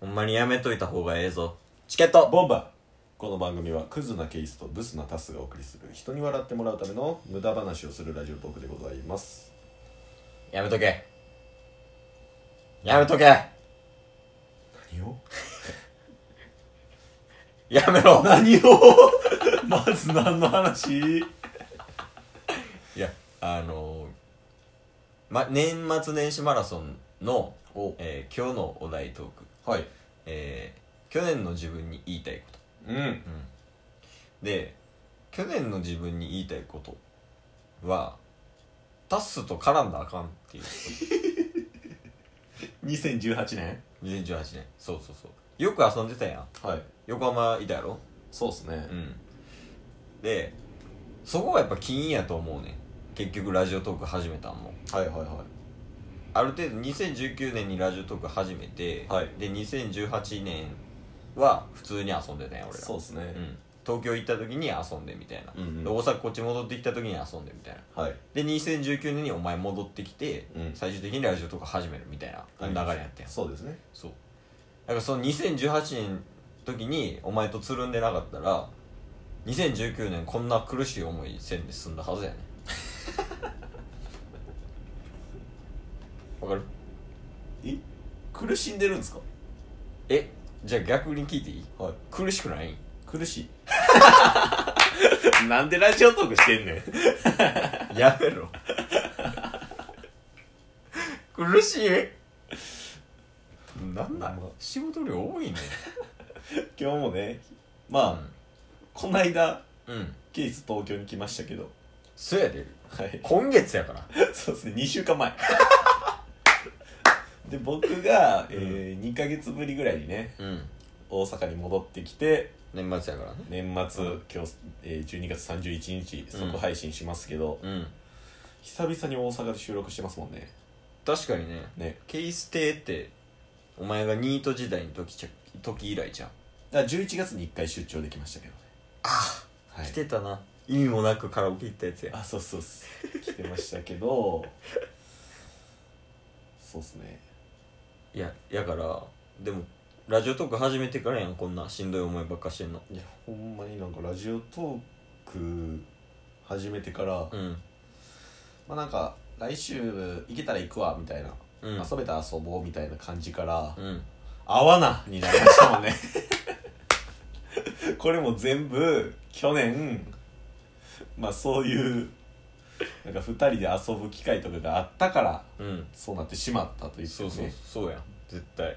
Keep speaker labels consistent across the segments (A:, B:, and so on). A: ほんまにやめといた方がええぞ
B: チケット
C: ボンバーこの番組はクズなケースとブスなタスがお送りする人に笑ってもらうための無駄話をするラジオトークでございます
A: やめとけやめとけや
C: 何を
A: めろ
C: 何をまず何の話
A: いやあのー、ま、年末年始マラソンの、
C: お
A: えー今日のお題トーク、
C: はい
A: えー去年の自分に言いたいこと
C: うん
A: で去年の自分に言いたいことはタッスと絡んだらあかんっていう こ
C: 2018年
A: と2018年そうそうそうよく遊んでたやん
C: はい
A: 横浜いたやろ
C: そうっすね
A: うんでそこがやっぱ起因やと思うねん結局ラジオトーク始めたんも
C: はいはいは
A: ある程度2019年にラジオトーク始めて、
C: はい
A: で2018年は普通に遊んでたんや
C: い
A: 俺ら
C: そうっすね
A: う、ん、東京行った時に遊んでみたいな、
C: うんうん
A: で大阪こっち戻ってきた時に遊んでみたいな
C: はい
A: で2019年にお前戻ってきて、
C: うん
A: 最終的にラジオとか始めるみたいな流れやったやん
C: そうですね
A: そうだからその2018年の時にお前とつるんでなかったら2019年こんな苦しい思いせんで済んだはずやねんわかる
C: え苦しんでるんですか
A: えじゃあ逆に聞いていい
C: はい
A: 苦しくない
C: 苦しい なんでラジオトークしてんねん
A: やめろ苦しいなんだ
C: ほんま
A: 仕事量多いね
C: 今日もねまあ、こないだ
A: うん
C: ケイス東京に来ましたけど
A: そうやで
C: はい
A: 今月やから
C: そうですね2週間 前で僕が、え2ヶ月ぶりぐらいにね
A: うん
C: 大阪に戻ってきて
A: 年末やからね
C: 年末今日、えー12月31日
A: うん
C: 即配信しますけど、
A: うん
C: 久々に大阪で収録してますもんね
A: 確かにね
C: ね
A: ケイステってお前がニート時代の時ちゃ時以来じゃん、
C: だから11月に1回出張できましたけどねああ、は
A: 来、
C: い
A: てたな意味もなくカラオケ行ったやつや
C: あそうそうそう来てましたけどそうっすね
A: いややからでもラジオトーク始めてからやんこんなしんどい思いばっかしてんの
C: いやほんまになんかラジオトーク始めてから、
A: うん
C: まあなんか来週行けたら行くわみたいな、
A: うん
C: 遊べたら遊ぼうみたいな感じから、
A: うん
C: 合わなになりましたもんね これも全部去年まあそういうなんか2人で遊ぶ機会とかがあったから
A: うん
C: そうなってしまったという
A: そう
C: ね
A: そうそうやん絶対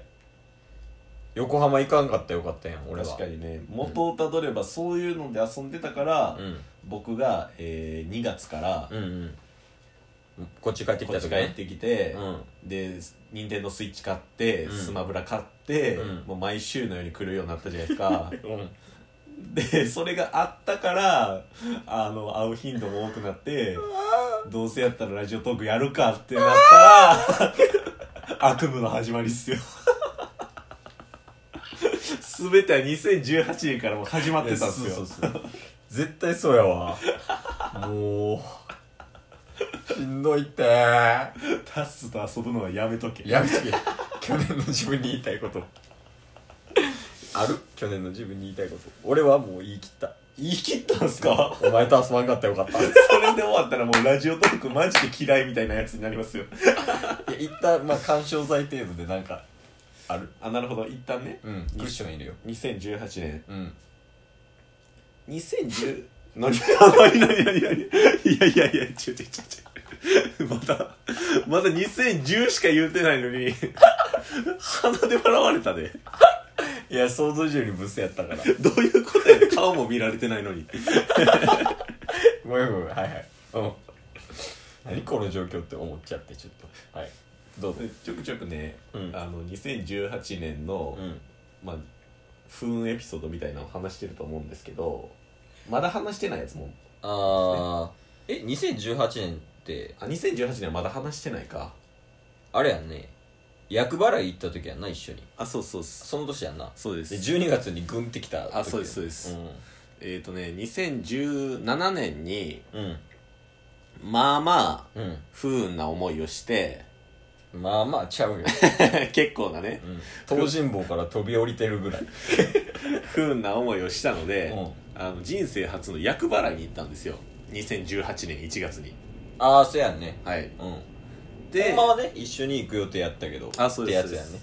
A: 横浜行かんかったらよかったやん俺は
C: 確かにね元をたどればそういうので遊んでたから、
A: うん
C: 僕が、え2月から
A: うんうんこっち帰ってき
C: こったち
A: と
C: 帰
A: か
C: っ
A: ね
C: てきて、
A: うん
C: で任天堂スイッチ買って、
A: うん
C: スマブラ買って、
A: うん
C: もう毎週のように来るようになったじゃないです か
A: うん
C: でそれがあったからあの会う頻度も多くなってどうせやったらラジオトークやるかってなった ら悪夢の始まりっすよ全ては2018年からもう始まってたんですよ
A: そうそうそう絶対そうやわもうしんどいってや
C: タッスと遊ぶのはやめとけ
A: めとけ去年の自分に言いたいことある去年の自分に言いたいこと俺はもう言い切った
C: 言い切ったんすか
A: お前と遊ばんかったらよかった
C: それで終わったらもうラジオトークマジで嫌いみたいなやつになりますよ
A: いや一旦まあ緩衝材程度でなんかある
C: あなるほど一旦ね
A: うんクッションいるよ
C: 2018年
A: うん
C: 2010何何何何何いやいやいや違う違う違う違うまだまだ2010しか言うてないのに鼻で笑われたで
A: いや想像以上にブスやったから
C: どういうことやねん顔も見られてないのに
A: ごめんごめんはいはいうん何この状況って思っちゃってちょっとはいどうぞ
C: ちょくちょくね、
A: うん
C: あの2018年の、
A: うん
C: まあ不運エピソードみたいなのを話してると思うんですけどまだ話してないやつも
A: ああえ2018年って
C: あ2018年はまだ話してないか
A: あれやんね役払い行った時やんな一緒に
C: あそうそうそ
A: その年やんな
C: そうで
A: で12月にグンってきた時
C: あそうですそうですえっ、とね2017年に
A: うん
C: まあまあ
A: うん
C: 不運な思いをして
A: まあまあちゃうよ、
C: 結構なね
A: うん、東尋坊から飛び降りてるぐらい
C: 不運な思いをしたので、
A: うん
C: あの人生初の厄払いに行ったんですよ2018年1月に
A: ああそうやんね
C: はい
A: うん
C: で
A: ほんまはね一緒に行く予定やったけど
C: あそうです
A: ってやつやね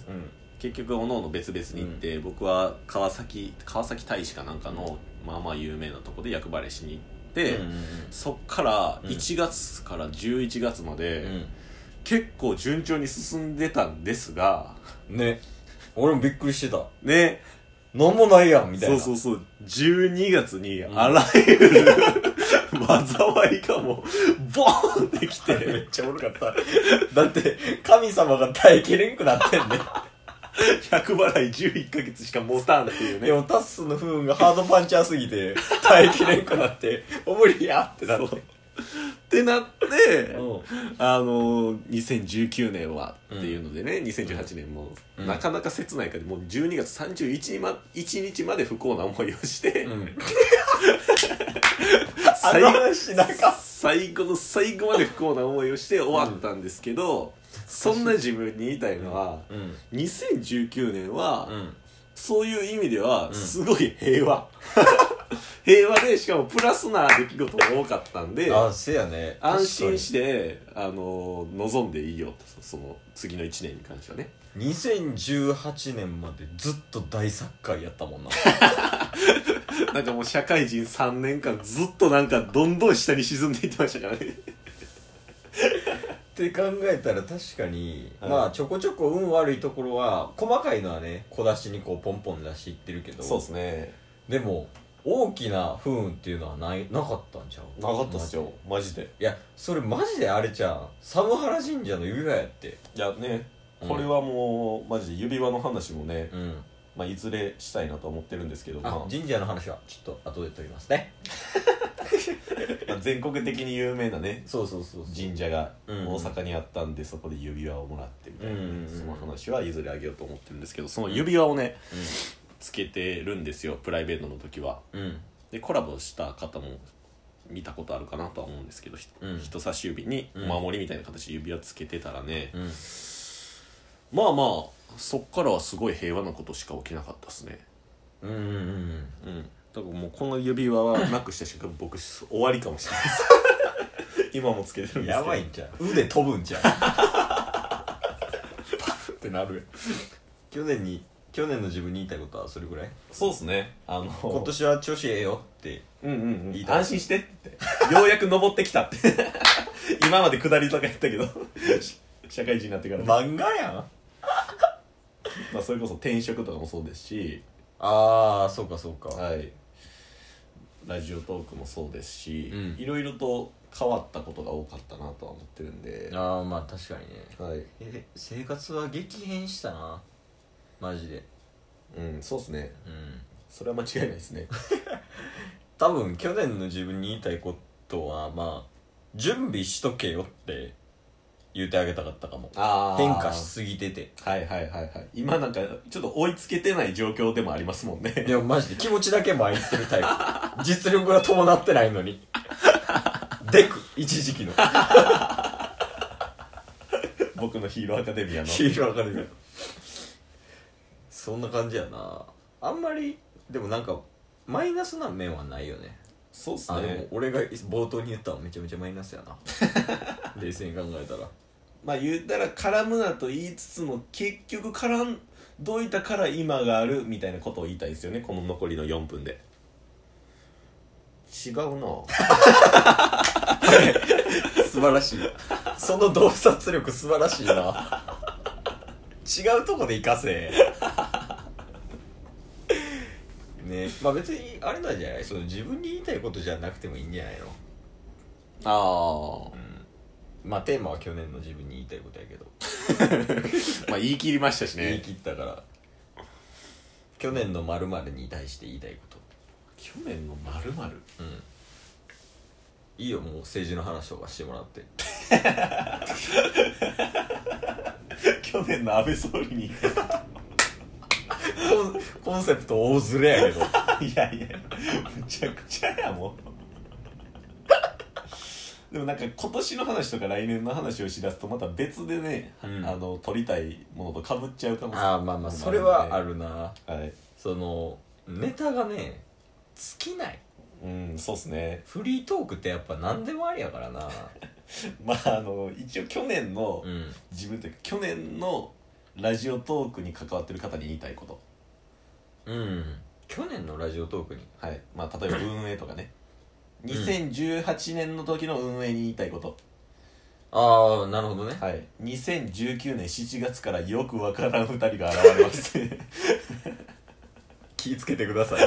C: 結局おのおの別々に行って、僕は川崎川崎大使かなんかのまあまあ有名なとこで厄払いしに行って、
A: うんうん
C: そっから
A: うん
C: 1月から11月まで、
A: うん
C: 結構順調に進んでたんですが
A: うんね俺もびっくりしてた
C: ね
A: なんもないやんみたい
C: そう
A: な
C: そううそう12月に
A: ん
C: あらゆる、 災いがもうボーンってき
A: め
C: て
A: っちゃおもろかっただって神様が耐えきれんくなってんね
C: 100払い11ヶ月しか持たんっていうね
A: でもタッスの不運がハードパンチャーすぎて耐えきれんくなって 「お無理や!」ってなっ
C: そう
A: て
C: ってなって、
A: うん
C: あの2019年はっていうのでね、2018年も、
A: うん
C: なかなか切ないからもう12月31日ま1日まで不幸な思いをして、
A: うんあ
C: 最
A: の話なんか
C: 最後の最後まで不幸な思いをして終わったんですけど、そんな自分に言いたいのは、
A: うん
C: 2019年は、
A: うん
C: そういう意味では
A: ん
C: すごい平和、 平和でしかもプラスな出来事が多かったんで
A: あせやね
C: 安心して、あの望んでいいよとそその次の1年に関してはね
A: 2018年までずっと大作家や ったもんな
C: なんかもう社会人3年間ずっとなんかどんどん下に沈んでいってましたからね
A: って考えたら確かに、
C: はい
A: まあちょこちょこ運悪いところは細かいのはね小出しにこうポンポン出していってるけど
C: そうですね
A: でも大きな不運っていうのはないなかったんちゃう
C: なかったっすよマジで
A: いやそれマジであれちゃん寒原神社の指輪やって
C: いやね
A: うん
C: これはもうマジで指輪の話もね、
A: うん
C: まあ、いずれしたいなとは思ってるんですけど
A: あ
C: まあ
A: 神社の話はちょっと後で取りますね
C: まあ全国的に有名なね
A: そうそうそうそう
C: 神社が
A: うん
C: 大阪にあったんで、そこで指輪をもらってみたいなね、
A: うんうんうん
C: その話はいずれあげようと思ってるんですけどその指輪をね、つけてるんですよプライベートの時は
A: うん
C: でコラボした方も見たことあるかなとは思うんですけど、ひ
A: うん
C: 人差し指にお
A: うん
C: 守りみたいな形で指輪つけてたらね、
A: うん
C: まあまあそっからはすごい平和なことしか起きなかったですね
A: うんうんうん
C: うんだからもうこの指輪はなくした瞬間僕終わりかもしれないです 今もつけてるんですけど
A: やばいんちゃう腕飛ぶんちゃうパフってなる 去年に去年の自分に言いたいことはそれぐらい
C: そうですねあの
A: 今年は調子ええよって
C: うんうん
A: いいだろ
C: 安心してってようやく登ってきたって 今まで下り坂やったけ どし社会人になってから、ま
A: 漫画やん
C: あ、それこそ転職とかもそうですし、
A: ああそうかそうか
C: はい、ラジオトークもそうですし、
A: うん
C: いろいろと変わったことが多かったなとは思ってるんで、
A: ああまあ確かにね
C: はい
A: え生活は激変したなマジで
C: うん、そうですね
A: うん
C: それは間違いないですね
A: 多分去年の自分に言いたいことはまあ準備しとけよって言ってあげたかったかも
C: あ
A: 変化しすぎてて
C: はいはいはいはい今なんかちょっと追いつけてない状況でもありますもん ね
A: でもマジで気持ちだけ前行ってるタイプ実力が伴ってないのにデク一時期 の
C: 僕のヒーローアカデミアの
A: ヒーローアカデミーそんな感じやなあんまりでもなんかマイナスな面はないよね
C: そうっす
A: あ
C: ね
A: の俺が冒頭に言ったのめちゃめちゃマイナスや な冷静に考えたら
C: まあ言ったら絡むなと言いつつも結局絡んどいたから今があるみたいなことを言いたいですよねこの残りの4分で違うな
A: 素晴らしい その洞察力素晴らしいな違うとこで活かせ ねまあ別にあれなんじゃないその自分に言いたいことじゃなくてもいいんじゃないの
C: あ
A: まあテーマは去年の自分に言いたいことやけど、
C: あまあ言い切りましたし
A: 言い
C: ね
A: 切ったから去年の〇〇に対して言いたいこ
C: 去年のまるまる
A: とうんいいよもう政治の話とかしてもらって
C: 去年の安倍総理に い
A: コンコンセプト大ずれやけ ど
C: やいやむちゃくちゃやもう でもなんか今年の話とか来年の話をしだすとまた別でね、
A: うん
C: あの撮りたいものとかぶっちゃうかもしれない
A: ああまあまあそれはあるな
C: はい
A: そのネタがね尽きない
C: うんそうっすね
A: フリートークってやっぱ何でもありやからな
C: まああの一応去年の、
A: うん
C: 自分というか去年のラジオトークに関わってる方に言いたいこと
A: うん去年のラジオトークに
C: はいまあ例えば運営とかね
A: ん
C: 2018年の時の運営に言いたいこと、
A: ああなるほどね
C: はい2019年7月からよくわからん2人が現れます っ
A: 気ぃつけてくだ さい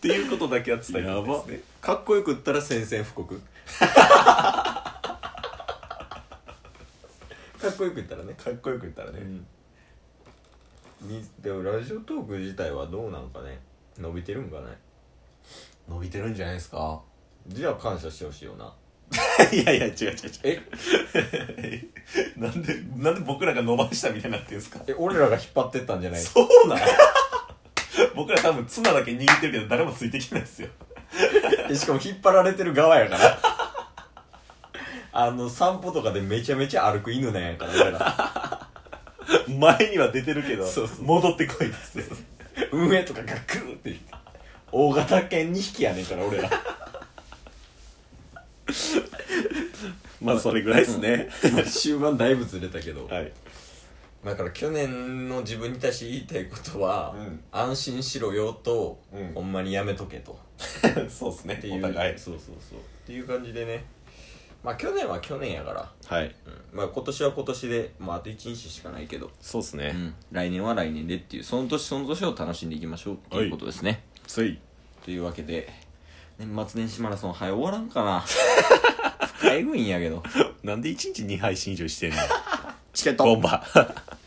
C: ていうことだけは伝えたいですね
A: かっこよく言ったら宣戦布 告かっこよく言ったらね
C: かっこよく言ったらね、
A: にでもラジオトーク自体はどうなんかね伸びてるんかね
C: 伸びてるんじゃないですか
A: じゃあ感謝してほしいよない
C: やいや違う違う違う
A: え
C: なんでなんで僕らが伸ばしたみたいになってるんですか
A: え俺らが引っ張ってったんじゃない
C: そうなん 僕ら多分綱だけ握ってるけど誰もついてきてないですよ
A: えしかも引っ張られてる側やからあの散歩とかでめちゃめちゃ歩く犬なんやから俺ら
C: 前には出てるけど
A: そうそう
C: 戻ってこいっつって
A: 運営とかガクーって言って大型犬2匹やねんから俺ら
C: まあそれぐらいですね、
A: 終盤だいぶずれたけど、
C: はい
A: だから去年の自分に対して言いたいことは、
C: うん
A: 安心しろよと、
C: うん
A: ほんまにやめとけと
C: そうですね
A: っていう
C: お互い
A: そうそうそうっていう感じでねまあ去年は去年やから、
C: はい
A: うんまあ今年は今年で、まあ、あと1日しかないけど
C: そうですね
A: 来年は来年でっていうその年その年を楽しんでいきましょうっていうことですね、
C: つい
A: というわけで年末年始マラソンはい終わらんか な深いぐいんやけど
C: なんで1日2配信以上してんの
A: チケッ
C: ボンバー